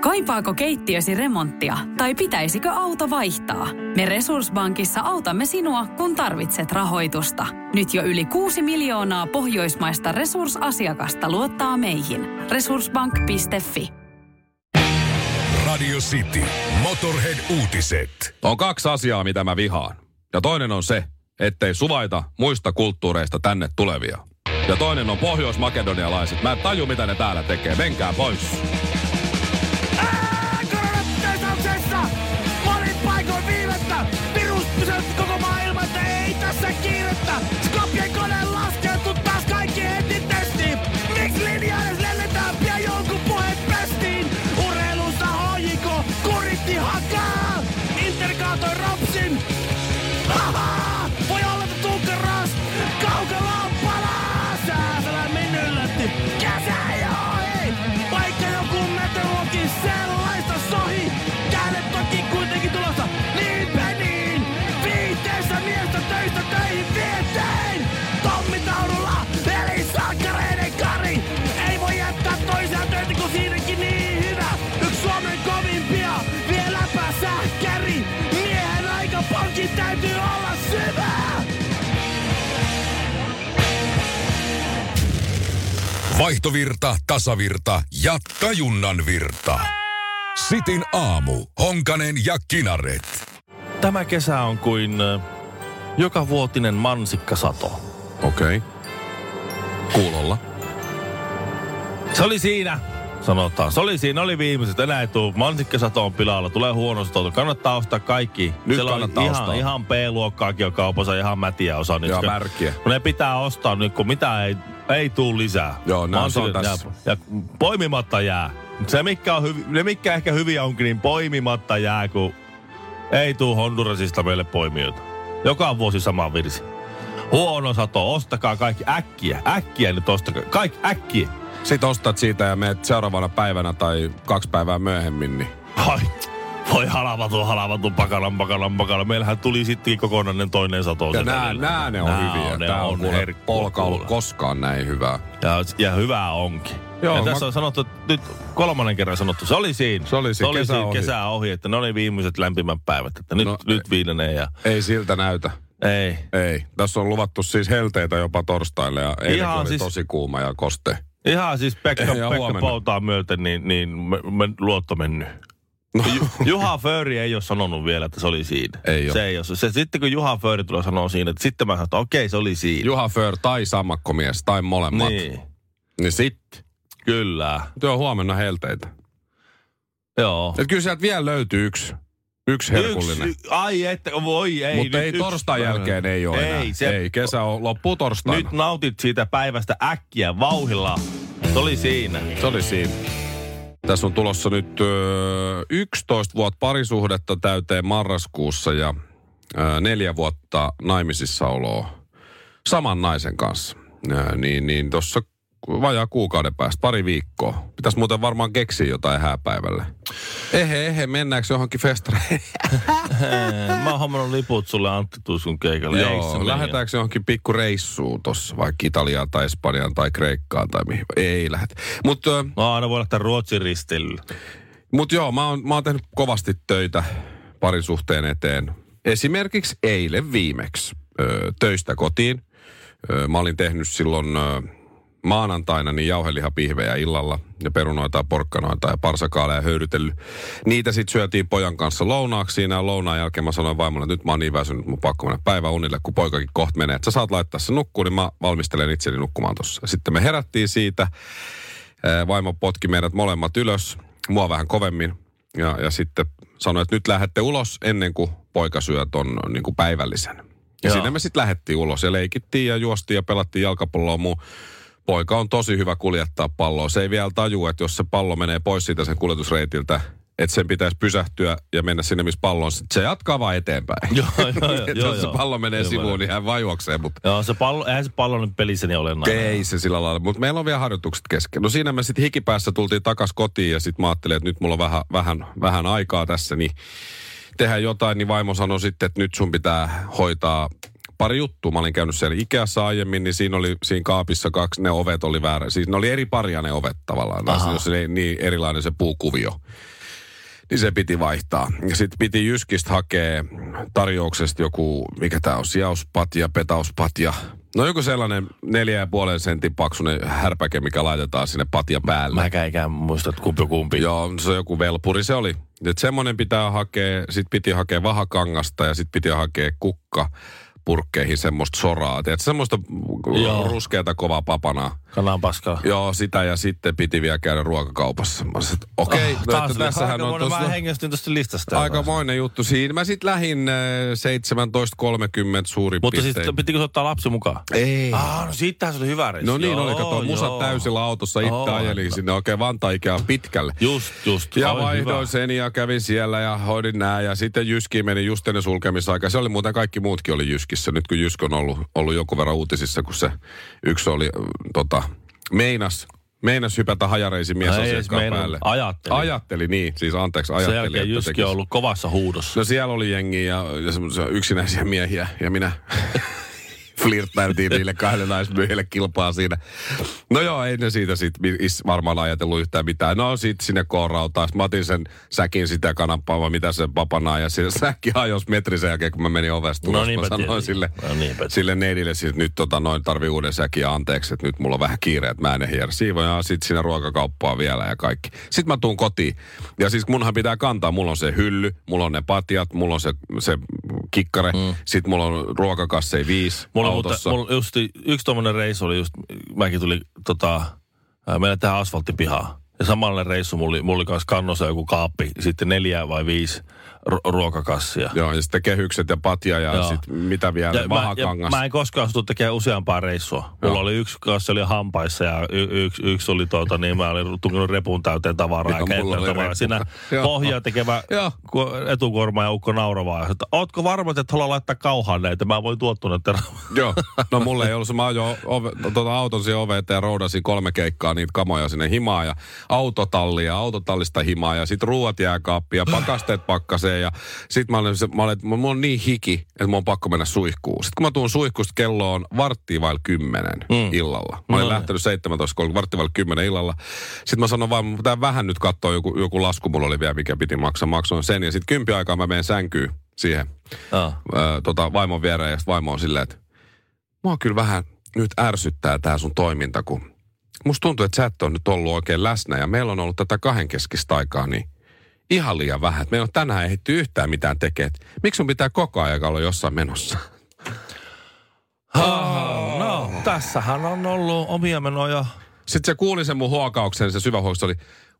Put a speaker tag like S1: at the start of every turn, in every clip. S1: Kaipaako keittiösi remonttia tai pitäisikö auto vaihtaa? Me Resurssbankissa autamme sinua, kun tarvitset rahoitusta. Nyt jo yli 6 miljoonaa pohjoismaista resursasiakasta luottaa meihin. Resurssbank.fi
S2: Radio City. Motorhead-uutiset.
S3: On kaksi asiaa, mitä mä vihaan. Ja toinen on se, ettei suvaita muista kulttuureista tänne tulevia. Ja toinen on pohjoismakedonialaiset. Mä en taju, mitä ne täällä tekee. Menkää pois.
S4: koronatestauksessa! Monin paikoin viivettä! Virus pysäytti koko maailman, että ei tässä kiirettä! Skopjen kone laskeutui taas kaikki heti testiin! Miksi linjaa edes lennetään? Pian jonkun puheet pestiin! Urheilussa hojiko kuritti hakaa! Interkaatoi ropsin! Haha! Voi olla, että tukkaras! Kaukaloa palaa! Sääsälä minun yllätti! Kesä ei ohi! Vaikka joku meteorologi sellaista sohi! Käänne toki kuitenkin tulossa niinpä niin! Viiteessä miestä töistä töihin vietein! Tommi taululla, eli sakkareiden kari! Ei voi jättää toisiaan töitä, kun siinäkin niin hyvä! Yksi Suomen kovimpia, vieläpä sähkäri! Miehen aika pankin täytyy olla syvää!
S2: Vaihtovirta, tasavirta ja tajunnan virta. Sitin aamu. Honkanen ja Kinaret.
S5: Tämä kesä on kuin ö, jokavuotinen mansikkasato.
S3: Okei. Okay. Kuulolla.
S5: Se oli siinä, sanotaan. Se oli siinä, oli viimeiset. Enää ei tuu. Mansikkasato on pilalla, tulee huono sato. Kannattaa ostaa kaikki.
S3: Nyt
S5: Siellä
S3: kannattaa
S5: on ihan,
S3: ostaa.
S5: ihan B-luokkaakin on kaupassa, ihan mätiä osa niistä.
S3: Ja märkiä.
S5: Kun ne pitää ostaa nyt, kun mitä ei, ei tuu lisää.
S3: Joo, nää on
S5: Mansikka-
S3: tässä.
S5: Ja, ja poimimatta jää. Se, mikä on hyvi, ne, mikä ehkä hyviä onkin, niin poimimatta jää, kun ei tuu Hondurasista meille poimijoita. Joka vuosi sama virsi. Huono sato, ostakaa kaikki äkkiä. Äkkiä nyt ostakaa. Kaikki äkkiä.
S3: Sitten ostat siitä ja menet seuraavana päivänä tai kaksi päivää myöhemmin, niin
S5: Ai, voi halavatu, halavatu, pakalan, pakalan, pakalan. Meillähän tuli sittenkin kokonainen toinen sato.
S3: Ja
S5: sen
S3: nää,
S5: edellä.
S3: nää ne on
S5: Nää
S3: hyviä.
S5: ne
S3: Tää on, on kuule
S5: herkkua
S3: polka ollut
S5: kuule.
S3: koskaan näin hyvää.
S5: ja, ja hyvää onkin.
S3: Joo,
S5: Joo,
S3: mä-
S5: ja tässä on sanottu, että nyt kolmannen kerran sanottu, se oli siinä.
S3: Se oli siinä, kesä ohi.
S5: kesä ohi, että ne oli viimeiset lämpimät päivät. Että nyt,
S3: No,
S5: no, nyt viilenee ja
S3: Ei siltä näytä.
S5: ei.
S3: Ei. Tässä on luvattu siis helteitä jopa torstaille ja eilen
S5: Ihan
S3: oli siis...
S5: siis-
S3: tosi kuuma ja koste.
S5: Ihan siis Pekka,
S3: Ja
S5: Pekka
S3: huomenna.
S5: Poutaa myöten, niin, niin me, me luotto mennyt.
S3: No,
S5: Juha Fööri ei ole sanonut vielä, että se oli siinä.
S3: Ei oo.
S5: se ei ole. Se, sitten kun Juha Fööri tulee sanoa siinä, että sitten mä sanon, että okei, se oli siinä.
S3: Juha Föör tai sammakkomies tai molemmat. Niin,
S5: niin,
S3: niin sitten.
S5: kyllä.
S3: Työ huomenna helteitä.
S5: Joo.
S3: Et kyllä sieltä vielä löytyy yksi, yksi herkullinen.
S5: Yksi, ai että, voi ei.
S3: Mutta
S5: nyt
S3: ei
S5: yksi
S3: torstain
S5: päivä.
S3: jälkeen ei ole
S5: ei,
S3: enää.
S5: Se,
S3: Ei, kesä on, loppuu torstaina.
S5: Nyt nautit siitä päivästä äkkiä vauhilla. Se oli siinä.
S3: Se oli siinä. Tässä on tulossa nyt ö, 11 vuotta parisuhdetta täyteen marraskuussa ja ö, neljä vuotta naimisissaoloa saman naisen kanssa. Ö, Niin, niin tuossa vajaa kuukauden päästä, pari viikkoa. Pitäisi muuten varmaan keksiä jotain hääpäivälle. Ehe, ehe, mennäänkö johonkin festareihin?
S5: Mä oon hommannut liput sulle Antti Tuiskun keikalle. Eiks se
S3: Joo,
S5: mene?
S3: lähdetäänkö johonkin pikkureissuun tuossa, vaikka Italiaan tai Espanjaan tai Kreikkaan tai mihin? Ei lähdetä. Mutta
S5: No aina voi lähteä Ruotsin ristille.
S3: Mutta joo, mä oon, mä oon tehnyt kovasti töitä parisuhteen eteen. Esimerkiksi eilen viimeksi ö, töistä kotiin. Ö, mä olin tehnyt silloin ö, maanantaina niin jauhelihapihvejä illalla ja perunoita ja porkkanoita ja parsakaaleja höyrytellyt. Niitä sitten syötiin pojan kanssa lounaaksi siinä ja lounaan jälkeen mä sanoin vaimolle, että nyt mä oon niin väsynyt, mun pakko mennä päiväunille, kun poikakin kohta menee. Että sä saat laittaa se nukkuun, niin mä valmistelen itseni nukkumaan tossa. Sitten me herättiin siitä. Ää, Vaimo potki meidät molemmat ylös, mua vähän kovemmin. Ja, ja sitten sanoi, että nyt lähdette ulos ennen kuin poika syö ton niin kuin päivällisen. Ja
S5: Joo.
S3: sinne me sitten lähdettiin ulos ja leikittiin ja juostiin ja pelattiin jalkapalloa. Mun poika on tosi hyvä kuljettaa palloa. Se ei vielä tajua, että jos se pallo menee pois siitä sen kuljetusreitiltä, että sen pitäisi pysähtyä ja mennä sinne, missä pallo on. Sit Se jatkaa vaan eteenpäin.
S5: Joo, joo, joo,
S3: Et
S5: joo,
S3: jos se
S5: joo.
S3: pallo menee
S5: Joo,
S3: sivuun,
S5: joo.
S3: niin hän vaan juoksee, mutta
S5: Joo, se pallo, eihän se pallo nyt pelissä niin olennainen.
S3: ei se sillä lailla, mutta meillä on vielä harjoitukset kesken. No siinä me sitten hikipäässä tultiin takas kotiin ja sitten mä ajattelin, että nyt mulla on vähän, vähän, vähän aikaa tässä, niin tehdään jotain, niin vaimo sanoi sitten, että nyt sun pitää hoitaa pari juttua. Mä olin käynyt siellä Ikeassa aiemmin, niin siinä oli siinä kaapissa kaksi, ne ovet oli väärä. Siis ne oli eri paria ne ovet tavallaan. Tai
S5: Aha.
S3: jos ne, niin erilainen se puukuvio. niin se piti vaihtaa. Ja sitten piti Jyskistä hakea tarjouksesta joku, mikä tämä on, sijauspatja, petauspatja. No joku sellainen neljä ja puolen sentin paksunen härpäke, mikä laitetaan sinne patjan päälle.
S5: Mäkään ikään muista, että kumpi on kumpi.
S3: Joo, se on joku velpuri se oli. Et semmoinen pitää hakea, sit piti hakea vahakangasta ja sit piti hakea kukka purkkeihin semmoista soraa. Tiedätkö, semmoista
S5: Joo.
S3: ruskeata kovaa papanaa.
S5: Kanan paskaa.
S3: Joo, sitä ja sitten piti vielä käydä ruokakaupassa. Mä sanoin, että okei,
S5: Ah,
S3: no,
S5: taas
S3: että tässähän on
S5: Mä
S3: tuossa
S5: hengästyn tästä listasta.
S3: aikamoinen juttu siinä. Mä sitten lähin äh, 17.30 suurin
S5: Mutta siis
S3: piirtein.
S5: pitikö se ottaa lapsi mukaan?
S3: Ei.
S5: Ah, no siitähän se oli hyvä reissu.
S3: No niin,
S5: Joo,
S3: oli, kato, musat
S5: joo.
S3: täysillä autossa,
S5: Joo,
S3: itse ajelin
S5: että-
S3: sinne oikein Vantaa ikään pitkälle.
S5: Just, just.
S3: Ja
S5: Oi,
S3: vaihdoin
S5: hyvä.
S3: sen ja kävin siellä ja hoidin nää. Ja sitten Jyski meni just ennen sulkemisaikaa. Se oli muuten kaikki muutkin oli Jyskissä. Nyt kun Jysk on ollut, ollut jonkun verran uutisissa, kun se yksi oli äh, tota, meinas, meinas hypätä hajareisi mies
S5: No ei edes
S3: asiakkaan
S5: meinannut.
S3: päälle.
S5: Ajatteli.
S3: Ajatteli, niin. Siis anteeksi,
S5: Sen
S3: ajatteli.
S5: jälkeen
S3: että
S5: Jyski
S3: tekisi.
S5: on ollut kovassa huudossa.
S3: No siellä oli jengi ja, ja semmoisia yksinäisiä miehiä ja minä flirttailtiin niille kahdelle naismyhille kilpaa siinä. No joo, ei ne siitä sit mi- is- varmaan ajatellut yhtään mitään. No sit sinne koorautaan. Sitten Mä otin sen säkin sitä kananpaa, vai mitä se papanaa. Ja se säkki hajosi metri sen jälkeen, kun mä menin ovesta
S5: No
S3: ulos.
S5: niinpä
S3: mä sanoin
S5: tietenkin.
S3: sille,
S5: No niinpä.
S3: sille neidille, siis nyt tota, noin tarvii uuden säkin ja anteeksi, että nyt mulla on vähän kiire, että mä en ehdi siivoja. Ja sit sinne ruokakauppaa vielä ja kaikki. Sitten mä tuun kotiin. Ja siis munhan pitää kantaa, mulla on se hylly, mulla on ne patjat, mulla on se, se kikkare. Mm. Sitten mulla on ruokakassei viisi
S5: Mulla, on muuten,
S3: autossa.
S5: mulla just yksi tommonen reissu oli just, mäkin tuli tota, ää, meillä tähän asfalttipihaa. Ja samalla reissu mulla, oli- mulla oli kanssa kannossa joku kaappi, sitten neljä vai viisi ru- ruokakassia.
S3: Joo, ja sitten kehykset ja patja ja
S5: Joo.
S3: sitten mitä vielä,
S5: Ja mä, ja
S3: vahakangas.
S5: mä en koskaan sutu tekemään useampaa reissua. Mulla
S3: Joo.
S5: oli yksi kassi oli hampaissa ja y- yksi, yksi oli tuota, niin mä olin tunkinut repun täyteen tavaraa ja
S3: Joo, mulla
S5: käyttänyt
S3: oli
S5: tavaraa.
S3: reppu.
S5: Siinä
S3: Joo.
S5: pohjaa tekevä
S3: Joo.
S5: ku- etukorma ja ukko nauravaa. Että, Ootko varma, että et halua laittaa kauhaan näitä? Mä voin tuottuna tervaa.
S3: Joo, no mulle ei ollut se. Mä ajoin ove, tuota auton siihen oveen eteen ja roudasin kolme keikkaa niitä kamoja sinne himaan ja autotallia, autotallista himaa ja sit ruuat jääkaappiin ja pakasteet pakkaseen ja sit mä olin, se- mä olin että mulla on niin hiki, että mun on pakko mennä suihkuun. Sitten kun mä tuun suihkusta kello on varttia vailla kymmenen mm. illalla. Mä olin
S5: No niin.
S3: lähtenyt 17.30, varttia vailla kymmenen illalla. Sitten mä sanon vaan, mun pitää vähän nyt katsoa joku, joku lasku, mulla oli vielä mikä piti maksaa. Maksoin sen ja sit kympi aikaa mä menen sänkyyn siihen ö, tota, vaimon viereen ja sit vaimo on silleen, että mua kyllä vähän nyt ärsyttää tämä sun toiminta, kun musta tuntuu, että sä et ole nyt ollut oikein läsnä ja meillä on ollut tätä kahdenkeskistä aikaa niin ihan liian vähän. Et Me ei ole tänään ehditty yhtään mitään tekemään. Et Miksi sun pitää koko ajan olla jossain menossa?
S5: No, tässähän on ollut omia menoja.
S3: Sitten se kuuli sen mun huokauksen, se syvä huokaus oli,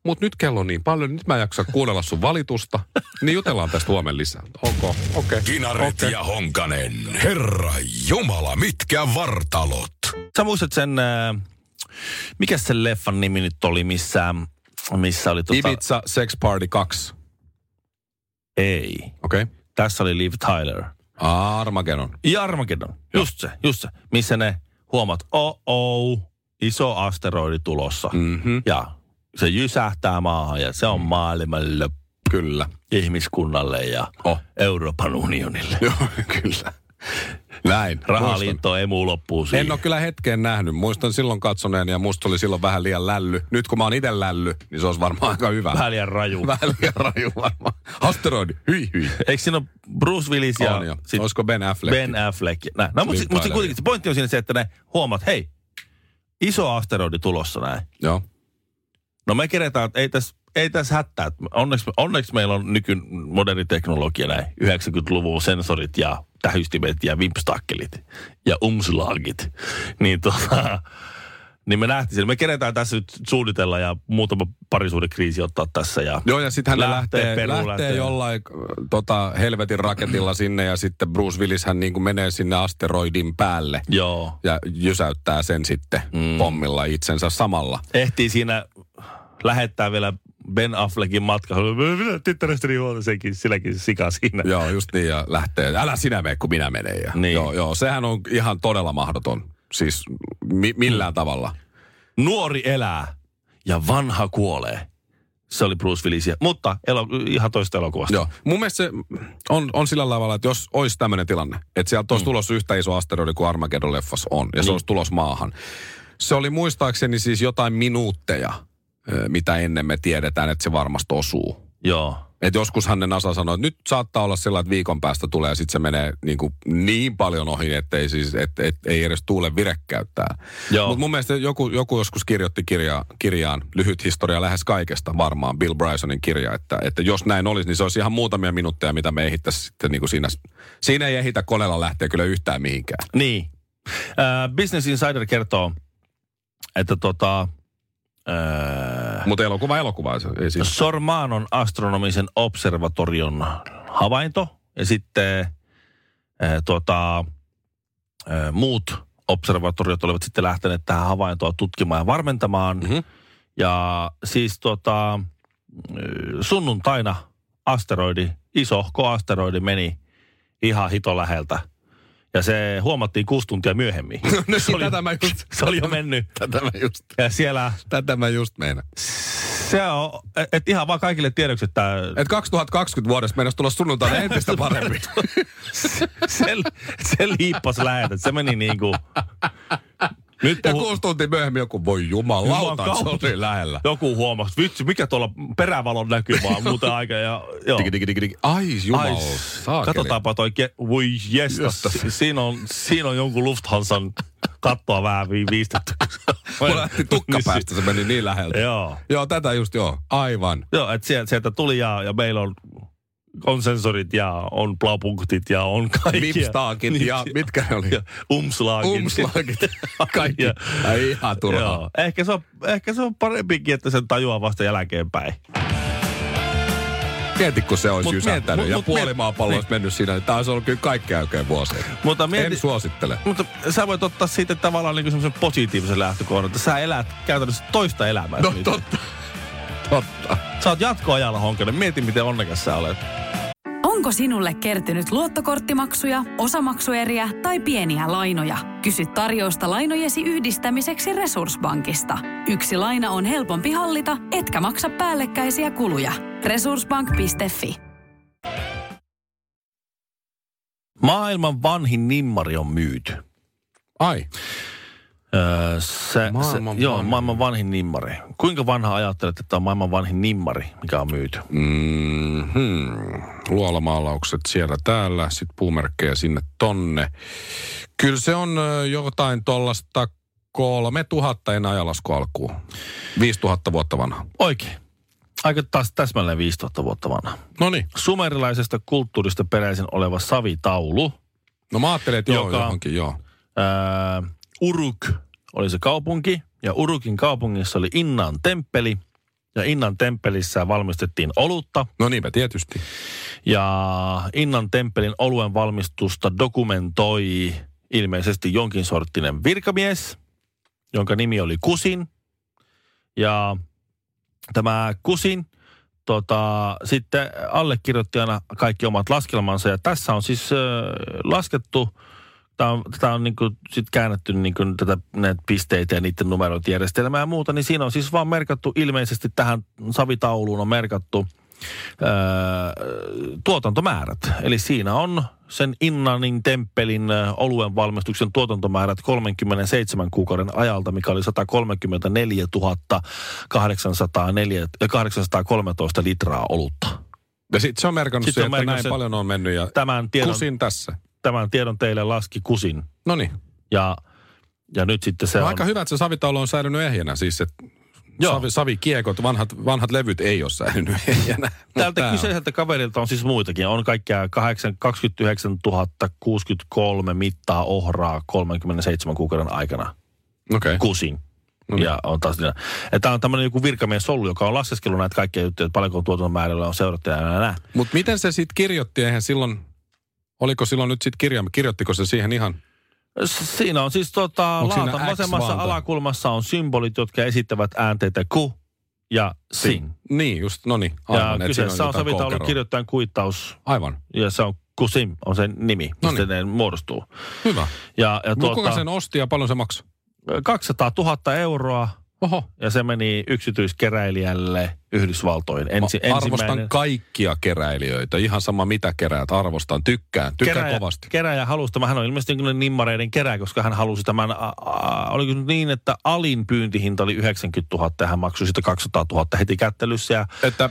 S3: mut nyt kello on niin paljon, nyt mä en jaksa kuunnella sun valitusta, niin jutellaan tästä huomenna lisää. Onko? Okei. Okay.
S2: Kinaret okay. ja Honkanen. Herra Jumala, mitkä vartalot.
S5: Sä muistat sen, ää, mikä sen leffan nimi nyt oli, missä, missä oli tota...
S3: Ibiza Sex Party 2.
S5: Ei.
S3: Okei. Okay.
S5: Tässä oli Liv Tyler.
S3: Armageddon.
S5: Jarmageddon. Just se, just se. Missä ne huomaat, oh oh, iso asteroidi tulossa. Mm.
S3: Mhm.
S5: Ja se jysähtää maahan ja se on maailmalle,
S3: Mm. Kyllä.
S5: ihmiskunnalle ja
S3: Oh.
S5: Euroopan unionille.
S3: Joo, kyllä. Näin. Muistan.
S5: Rahaliitto emu loppuu siihen.
S3: Niin. En ole kyllä hetkeen nähnyt. Muistan silloin katsoneen ja musta oli silloin vähän liian lälly. Nyt kun mä oon itse lälly, niin se olisi varmaan aika hyvä.
S5: Vähän liian raju.
S3: Vähän liian raju varmaan. Asteroidi. Hyi, hyi.
S5: Eikö siinä ole Bruce Willis ja
S3: On jo.
S5: Ah, sit
S3: Olisiko Ben Affleck?
S5: Ben Affleck? ja Näin. No, mutta
S3: Liv
S5: mut
S3: Tyler.
S5: kuitenkin se pointti on siinä se, että ne huomaat, hei, iso asteroidi tulossa näin.
S3: Joo.
S5: No me kerätään, että ei tässä ei tässä hätää. Onneksi, onneksi meillä on nykymoderni teknologia näin. 90-luvun sensorit ja tähystimet ja vipstakkelit ja umslaagit. Niin tota, niin me nähtiin sen. Me kerätään tässä nyt suunnitella ja muutama parisuudekriisi ottaa tässä. Ja
S3: Joo, ja sitten hän
S5: Lähtee
S3: lähtee,
S5: peru,
S3: lähtee,
S5: lähtee.
S3: lähtee jollain äh, tota, helvetin raketilla sinne ja sitten Bruce Willis hän niin kuin menee sinne asteroidin päälle
S5: Joo.
S3: ja jysäyttää sen sitten mm. pommilla itsensä samalla.
S5: Ehtii siinä lähettää vielä Ben Affleckin matka. Minä tyttärestäni huolta senkin, silläkin sika siinä.
S3: Joo, just niin, ja lähtee, älä sinä mene, kun minä menen. Ja,
S5: Niin.
S3: niin. joo, joo, sehän on ihan todella mahdoton, siis mi- millään tavalla.
S5: Nuori elää ja vanha kuolee. Se oli Bruce Willisia, mutta elo- ihan toista elokuvasta.
S3: Joo. Mun mielestä se on, on sillä tavalla, että jos olisi tämmöinen tilanne, että sieltä olisi mm. tulossa yhtä iso asteroidi kuin Armageddon-leffas on, ja niin. se olisi tulos maahan. Se oli muistaakseni siis jotain minuutteja, ö, mitä ennen me tiedetään, että se varmasti osuu.
S5: Joo.
S3: Et joskushan ne NASA sanoi, että nyt saattaa olla sellainen, että viikon päästä tulee ja sitten se menee niin, kuin niin paljon ohi, että ei, siis, et, et, ei edes tuule vire käyttää.
S5: Joo.
S3: Mutta mun mielestä joku, joku joskus kirjoitti kirja, kirjaan, lyhyt historia lähes kaikesta varmaan, Bill Brysonin kirja, että, että jos näin olisi, niin se olisi ihan muutamia minuutteja, mitä me ehittäisiin sitten niin kuin siinä. Siinä ei ehitä koneella lähteä kyllä yhtään mihinkään.
S5: Niin. Äh, Business Insider kertoo, että tota, äh,
S3: Mutta elokuva elokuva ei se- ei siis.
S5: Sormanon astronomisen observatorion havainto ja sitten äh, tota, äh, muut observatoriot olivat sitten lähteneet tähän havaintoa tutkimaan ja varmentamaan.
S3: Mhm.
S5: Mm-hmm. Ja siis tota, äh, sunnuntaina asteroidi, isohko asteroidi meni ihan hito läheltä. Ja se huomattiin kuusi tuntia myöhemmin.
S3: No,
S5: se, oli,
S3: tätä mä just,
S5: se oli jo mennyt.
S3: tätä mä just,
S5: Ja siellä
S3: tätä mä just meinaan.
S5: se on, et ihan vaan kaikille tiedoksi, että
S3: Et 2020 vuodesta meinasi tulla sunnuntaina entistä parempi.
S5: se, se liippas lähetä. Se meni niin kuin,
S3: Nyt ja kuusi tuntia myöhemmin joku, voi jumalauta,
S5: Juman
S3: se
S5: kautta.
S3: oli lähellä.
S5: joku huomasi, vitsi, mikä tuolla perävalon näkyy vaan muuten aika. Ja, joo.
S3: Digi, digi, digi, digi. Ai
S5: Ai,
S3: jumalauta, saakeli.
S5: katsotaanpa toi, ke- voi jestas,
S3: Jestas.
S5: si- siinä on, siinä on jonkun Lufthansan kattoa vähän vi- viistetty.
S3: Kun lähti tukka päästä, se meni niin läheltä.
S5: Joo.
S3: Joo, tätä just joo, aivan.
S5: Joo, että sieltä, sieltä tuli ja, ja meillä on, on sensorit ja on plaupunktit ja on kaikki.
S3: Vipstaakit ja mitkä ne oli?
S5: Ja umslaagit.
S3: Umslaakit, kaikki.
S5: Ja-
S3: Ai ihan turhaa.
S5: Joo. Ehkä, se on, ehkä se on parempikin, että sen tajuaa vasta jälkeenpäin.
S3: Mieti, kun se olisi
S5: Mut
S3: jysähtänyt
S5: miet- mut-
S3: ja
S5: mut
S3: puoli
S5: miet-
S3: maapalloa olisi mennyt siinä. Tämä olisi ollut kyllä kaikkea oikein vuosia.
S5: Mutta mieti,
S3: En suosittele.
S5: mutta sä voit ottaa siitä tavallaan niinku semmoisen positiivisen lähtökohdan, että sä elät käytännössä toista elämää.
S3: No
S5: nyt.
S3: totta, totta.
S5: Sä oot jatkoajalla honkainen. Mieti, miten onnekas sä olet.
S1: Onko sinulle kertynyt luottokorttimaksuja, osamaksueriä tai pieniä lainoja? Kysy tarjousta lainojesi yhdistämiseksi Resurssbankista. Yksi laina on helpompi hallita, etkä maksa päällekkäisiä kuluja. Resurssbank.fi
S5: Maailman vanhin nimmari on myyty.
S3: Ai,
S5: Öö, se,
S3: Maailman
S5: se, joo,
S3: vanhin.
S5: maailman vanhin nimmari. Kuinka vanha ajattelet, että on maailman vanhin nimmari, mikä on myyty?
S3: Mm. Mm-hmm. Luolamaalaukset siellä täällä, sitten puumerkkejä sinne tonne. Kyllä se on ö, jotain tuollaista 3000 ennen ajalasku alkuun. 5000 vuotta vanha.
S5: Oikein. Aika taas täsmälleen 5000 vuotta vanha.
S3: No niin.
S5: Sumerilaisesta kulttuurista peräisin oleva savitaulu –
S3: No mä ajattelin, että joo,
S5: Joka-
S3: johonkin, joo.
S5: Ää, Öö, Uruk oli se kaupunki, ja Urukin kaupungissa oli Innan temppeli, ja Innan temppelissä valmistettiin olutta,
S3: No niinpä tietysti.
S5: ja Innan temppelin oluen valmistusta dokumentoi ilmeisesti jonkin sorttinen virkamies, jonka nimi oli Kusin, ja tämä Kusin tota, sitten allekirjoitti aina kaikki omat laskelmansa. Ja tässä on siis äh, laskettu, tämä on, tää on niinku sit käännetty niinku tätä, näitä pisteitä ja niiden numerointijärjestelmää ja muuta, niin siinä on siis vaan merkattu ilmeisesti tähän savitauluun on merkattu öö, tuotantomäärät. Eli siinä on sen Innanin temppelin ö, oluen valmistuksen tuotantomäärät 37 kuukauden ajalta, mikä oli 134 804, ö, 813 äh, litraa olutta.
S3: Ja sitten se on merkannut
S5: Sit
S3: se,
S5: on
S3: että
S5: merkannut
S3: näin
S5: se-
S3: paljon on mennyt ja
S5: Tämän tiedon,
S3: kusin tässä.
S5: tämän tiedon teille laski kusin.
S3: No niin.
S5: Ja, ja nyt sitten se
S3: No
S5: on...
S3: aika hyvä, että se savitaulu on säilynyt ehjänä siis, että
S5: Joo.
S3: Savi, savikiekot, vanhat, vanhat levyt ei ole säilynyt ehjänä. Mut
S5: Tältä
S3: tää on.
S5: kyseiseltä kaverilta on siis muitakin. On kaikkea 8, 29 063 mittaa ohraa 37 kuukauden aikana.
S3: Okei.
S5: Kusin.
S3: No niin.
S5: Ja on taas siinä. Ja Tämä on tämmöinen joku virkamies ollut, joka on laskeskellut näitä kaikkia juttuja, että paljonko on tuotannon määrällä on seurattajana ja nää.
S3: Mutta miten se sitten kirjoitti? Eihän silloin, oliko silloin nyt sitten kirja, kirjoittiko se siihen ihan?
S5: S- Siinä on siis tota,
S3: Onko siinä
S5: laatan
S3: X
S5: vasemmassa
S3: vaan tai-
S5: alakulmassa on symbolit, jotka esittävät äänteitä ku ja sin.
S3: Niin, just, no niin.
S5: Ja
S3: et siinä
S5: kyseessä on
S3: jotain
S5: savitaulun
S3: koukeroa.
S5: kirjoittajan kuittaus
S3: Aivan,
S5: ja se on kusim, on sen nimi, mistä
S3: Noniin.
S5: ne muodostuu.
S3: hyvä.
S5: Ja, ja
S3: Tuota... Kuka
S5: tuota,
S3: sen osti ja paljon se maksoi?
S5: 200 000 euroa
S2: Oho.
S5: ja se meni yksityiskeräilijälle Yhdysvaltoihin. Ensi,
S2: Mä arvostan
S5: ensimmäinen-
S2: kaikkia keräilijöitä. Ihan sama mitä keräät. Arvostan, tykkään. Tykkään kovasti.
S5: Keräjä halusi tämän, hän on ilmeisesti jonkinlainen nimmareiden kerä, koska hän halusi tämän, a, a, oliko nyt niin, että alin pyyntihinta oli 90 000 ja hän maksoi sitä 200 000 heti kättelyssä ja
S2: Että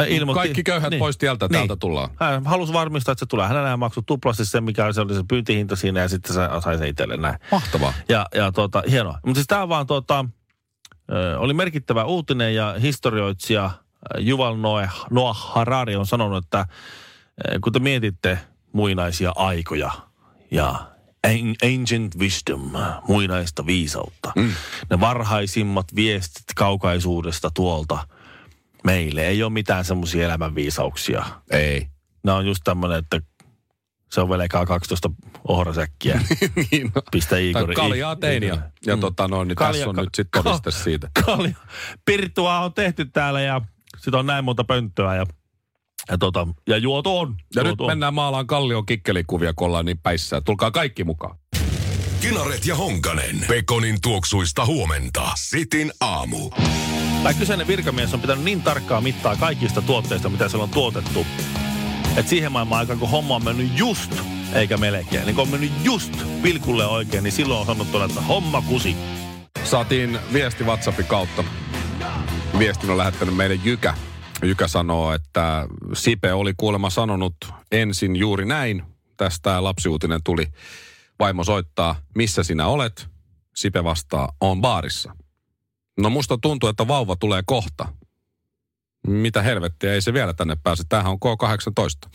S5: Ä, ilmoitti-
S2: kaikki köyhät
S5: niin.
S2: pois tieltä,
S5: Niin.
S2: täältä tullaan.
S5: hän halusi varmistaa, että se tulee. Hän enää maksoi tuplasti sen, mikä se oli se pyyntihinta siinä ja sitten se sai se itselle näin.
S2: Mahtavaa.
S5: Ja, ja tuota, hienoa. Mutta siis tämä vaan tuota, ö, oli merkittävä uutinen ja historioitsija ö, Juval Noah, Noah Harari on sanonut, että ö, kun te mietitte muinaisia aikoja ja an- ancient wisdom, muinaista viisautta, mm. ne varhaisimmat viestit kaukaisuudesta tuolta, meille ei ole mitään semmoisia elämänviisauksia.
S2: Ei.
S5: Nämä on just tämmöinen, että se on velkaa 12 ohrasäkkiä.
S2: niin, no.
S5: Pistä Igor.
S2: Tai kaljaa tein ja, ja
S5: Mm.
S2: tota noin, niin
S5: Kalja-
S2: tässä on
S5: ka-
S2: nyt sitten todiste siitä.
S5: Kalja. Pirtua on tehty täällä ja sit on näin monta pönttöä ja, ja, tota, ja juotu on.
S2: Ja nyt
S5: juotu on.
S2: mennään maalaan kallion kikkelikuvia, kun ollaan niin päissään. Tulkaa kaikki mukaan.
S6: Kinaret ja Honkanen. Pekonin tuoksuista huomenta. Sitin aamu.
S5: Tämä kyseinen virkamies on pitänyt niin tarkkaa mittaa kaikista tuotteista, mitä siellä on tuotettu. Että siihen maailman aikaan, kun homma on mennyt just, eikä melkein, niin kun on mennyt just pilkulle oikein, niin silloin on sanottu, että homma kusi.
S2: Saatiin viesti WhatsAppin kautta. Viestin on lähettänyt meille Jykä. Jykä sanoo, että Sipe oli kuulemma sanonut ensin juuri näin. Tästä lapsiuutinen tuli. Vaimo soittaa, missä sinä olet? Sipe vastaa, on baarissa. No musta tuntuu, että vauva tulee kohta. Mitä helvettiä, ei se vielä tänne pääse. Tämähän on K-18.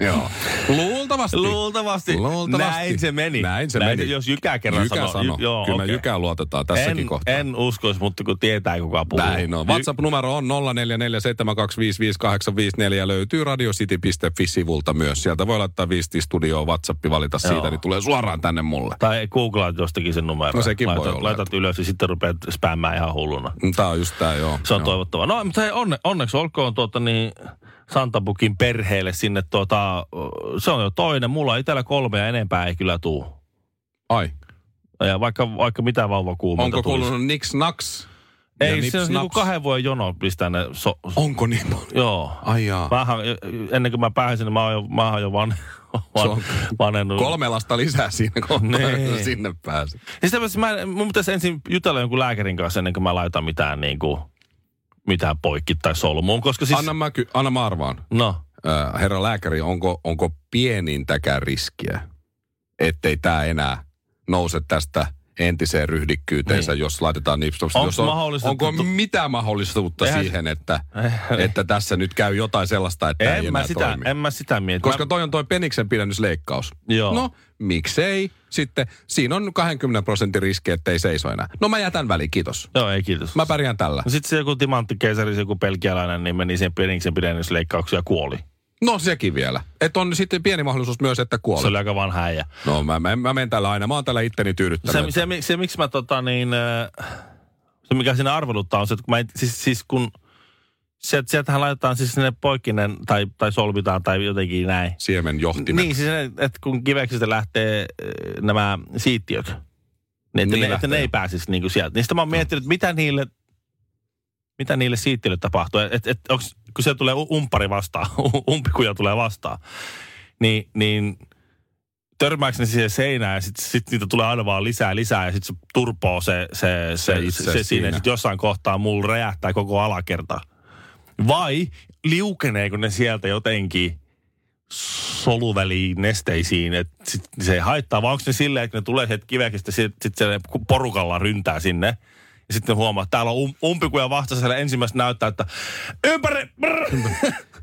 S2: Joo. Luultavasti.
S5: Luultavasti.
S2: Luultavasti.
S5: Näin se meni.
S2: Näin se meni.
S5: Jos Jykä kerran
S2: Jykä
S5: sanoo.
S2: sanoi.
S5: Jy- joo,
S2: Kyllä okay.
S5: okei.
S2: me Jykään luotetaan tässäkin
S5: en,
S2: kohtaa.
S5: en uskois, mutta kun tietää kuka puhuu.
S2: Näin on. WhatsApp-numero on 0447255854 ja löytyy radiocity.fi-sivulta myös. Sieltä voi laittaa viesti studioon WhatsApp, valita
S5: Joo.
S2: siitä, niin tulee suoraan tänne mulle.
S5: Tai googlaat jostakin sen numeron.
S2: No sekin voi
S5: laitat,
S2: olla.
S5: Laitat ylös ja sitten rupeat spämmään ihan hulluna.
S2: Tämä on just tämä, joo.
S5: Se on
S2: joo.
S5: toivottavaa. No, mutta hei, onne, onneksi olkoon tuota niin Santabukin perheelle sinne tuota, se on jo toinen. Mulla itsellä kolme ja enempää ei kyllä tuu.
S2: Ai,
S5: Ja vaikka, vaikka mitä vauvakuuminta
S2: onko
S5: tulisi.
S2: kuulunut Nix Nax? ja
S5: Ei,
S2: Nips
S5: se on niinku
S2: Naps?
S5: kahden vuoden jono pistää ne so, so,
S2: Onko niin paljon?
S5: Joo.
S2: Ai jaa.
S5: Mähän, ennen kuin mä pääsin, sinne, mä oon jo, mä oon jo van,
S2: Se
S5: van,
S2: on
S5: vanennut.
S2: Kolme lasta lisää siinä, kun
S5: Niin.
S2: sinne pääsee.
S5: Niin sitä paitsi mä, mun pitäisi ensin jutella jonkun lääkärin kanssa ennen kuin mä laitan mitään, niin kuin, mitään poikki tai solmuun, koska siis...
S2: Anna mä, ky- anna mä arvaan.
S5: No,
S2: Ö, herra lääkäri, onko, onko pienintäkään riskiä, ettei tämä enää nouse tästä entiseen ryhdikkyyteensä, niin. jos laitetaan nipstop.
S5: Onks
S2: Jos
S5: mahdollista,
S2: onko
S5: että tu-
S2: mitään mahdollisuutta
S5: Eihän-
S2: Eihän... siihen, että, että tässä nyt käy jotain sellaista, että ei
S5: en
S2: enää
S5: mä, sitä,
S2: toimi?
S5: en mä sitä mieti.
S2: Koska
S5: mä,
S2: toi on toi peniksen pidennysleikkaus.
S5: Joo.
S2: No, miksei? Sitten siinä on 20 prosentin riski, ettei seiso enää. No mä jätän väliin, kiitos.
S5: Joo, ei kiitos.
S2: Mä pärjään tällä.
S5: No sitten se joku timanttikeisari, se joku pelkialainen, niin meni sen peniksen pidennysleikkauksia ja kuoli.
S2: No sekin vielä. Että on sitten pieni mahdollisuus myös, että
S5: Se
S2: kuolee.
S5: oli aika vanha äijä.
S2: No mä, mä, mä menen tällä aina. Mä oon tällä itteni
S5: Se,
S2: tyydyttänyt.
S5: se, mi- se, miksi mä tota niin, äh, se mikä siinä arveluttaa on se, että kun mä en, siis, siis kun sielt, sieltähän laitetaan siis sinne poikkinen tai, tai solvitaan tai jotenkin näin.
S2: siemenjohtimen.
S5: Niin, siis ne, että kun kiveksistä lähtee äh, nämä siittiöt, niin että,
S2: Niin
S5: ne, että ne
S2: lähtee.
S5: ei pääsisi niin kuin sieltä. Niin sitä mä oon miettinyt, että mitä niille, mitä niille siittiöille tapahtuu. Et, et, onks, kun se tulee u- umppari vastaan, u- umpikuja tulee vastaan, niin, niin törmääks ne siihen seinään ja sitten sit niitä tulee aina vaan lisää lisää ja sitten se turpoo se, se, se,
S2: Se
S5: se,
S2: itse
S5: se, se siinä.
S2: siinä.
S5: Ja sitten jossain kohtaa mulla räjähtää koko alakerta. Vai liukeneeko ne sieltä jotenkin soluväliin nesteisiin, että sit se ei haittaa, vai onko ne silleen, että ne tulee sieltä kiveksistä, sitten sit se porukalla ryntää sinne, ja sitten huomaa, että täällä on um, umpikuja vastassa, siellä ensimmäistä näyttää, että ympäri, brr,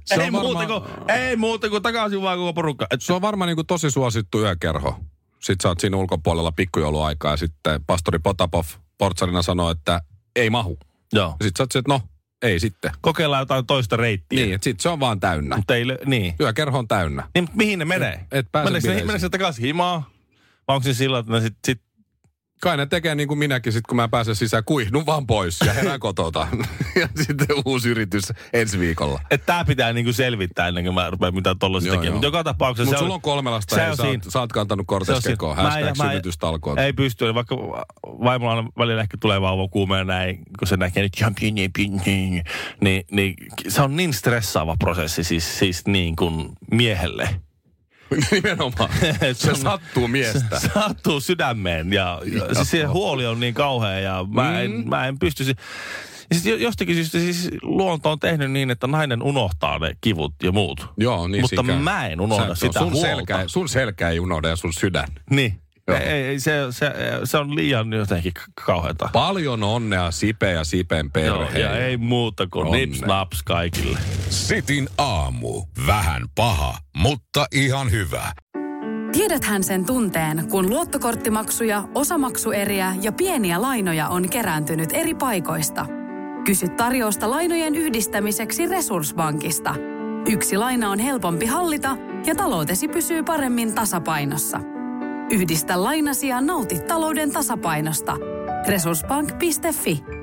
S2: Se on
S5: ei, muuta
S2: varmaan-
S5: kuin, ei muuta kuin takaisin vaan koko porukka. Et,
S2: Se on varmaan niin kuin tosi suosittu yökerho. Sitten sä oot siinä ulkopuolella pikkujouluaikaa ja sitten pastori Potapov portsarina sanoo, että ei mahu.
S5: joo.
S2: Sitten sä oot se, että no, ei sitten.
S5: Kokeillaan jotain toista reittiä.
S2: Niin, että sit se on vaan täynnä.
S5: Mutta ei, lö- niin.
S2: Yökerho on täynnä.
S5: Niin, mutta mihin ne menee?
S2: et pääse
S5: Meneekö ne,
S2: bileisiin.
S5: meneekö ne takaisin himaa? Vai onko se sillä, että ne sit, sit
S2: Kai ne tekee niin kuin minäkin, sit kun mä pääsen sisään, kuihdun vaan pois ja herään kotota. ja sitten uusi yritys ensi viikolla.
S5: Että tää pitää niinku selvittää ennen kuin mä rupean mitään tollaista
S2: Joo,
S5: tekemään.
S2: joo.
S5: Mutta joka tapauksessa
S2: Mutta
S5: se
S2: sulla on kolme lasta
S5: se
S2: ja
S5: on
S2: sä,
S5: siinä.
S2: oot, sä oot kantanut
S5: Se on
S2: kortes
S5: siinä.
S2: kekoon.
S5: siis Mä en-
S2: Hashtag
S5: mä en-
S2: synnytystalkoot.
S5: Ei pysty, eli vaikka vaimolla aina välillä ehkä tulee vauva kuumeena näin, kun se näkee nyt ihan pieni, pieni, niin, niin se on niin stressaava prosessi siis, siis niin kuin miehelle.
S2: Nimenomaan.
S5: Se
S2: Se
S5: on-
S2: sattuu miestä.
S5: Sattuu sydämeen ja, ja siis se huoli on niin kauhea ja mä en, mm. mä en pysty... Si- ja sit jo- jostakin syystä siis luonto on tehnyt niin, että nainen unohtaa ne kivut ja muut.
S2: Joo, niin
S5: Mutta
S2: sikään.
S5: mä en
S2: Sä-
S5: unohda sitä
S2: sun
S5: huolta.
S2: Selkä, sun selkä ei unohda ja sun sydän.
S5: Niin.
S2: Joo.
S5: Ei, ei, se, se, se on liian jotenkin k- kauheata.
S2: Paljon onnea Sipe ja Sipen
S5: Joo,
S2: perhe.
S5: ja ei muuta kuin
S2: Onne.
S5: nips naps kaikille.
S7: Sitin aamu. Vähän paha, mutta ihan hyvä.
S1: Tiedäthän sen tunteen, kun luottokorttimaksuja, osamaksueriä ja pieniä lainoja on kerääntynyt eri paikoista. Kysy tarjousta lainojen yhdistämiseksi Resurssbankista. Yksi laina on helpompi hallita ja taloutesi pysyy paremmin tasapainossa. Yhdistä lainasi ja nauti talouden tasapainosta. Resurssbank.fi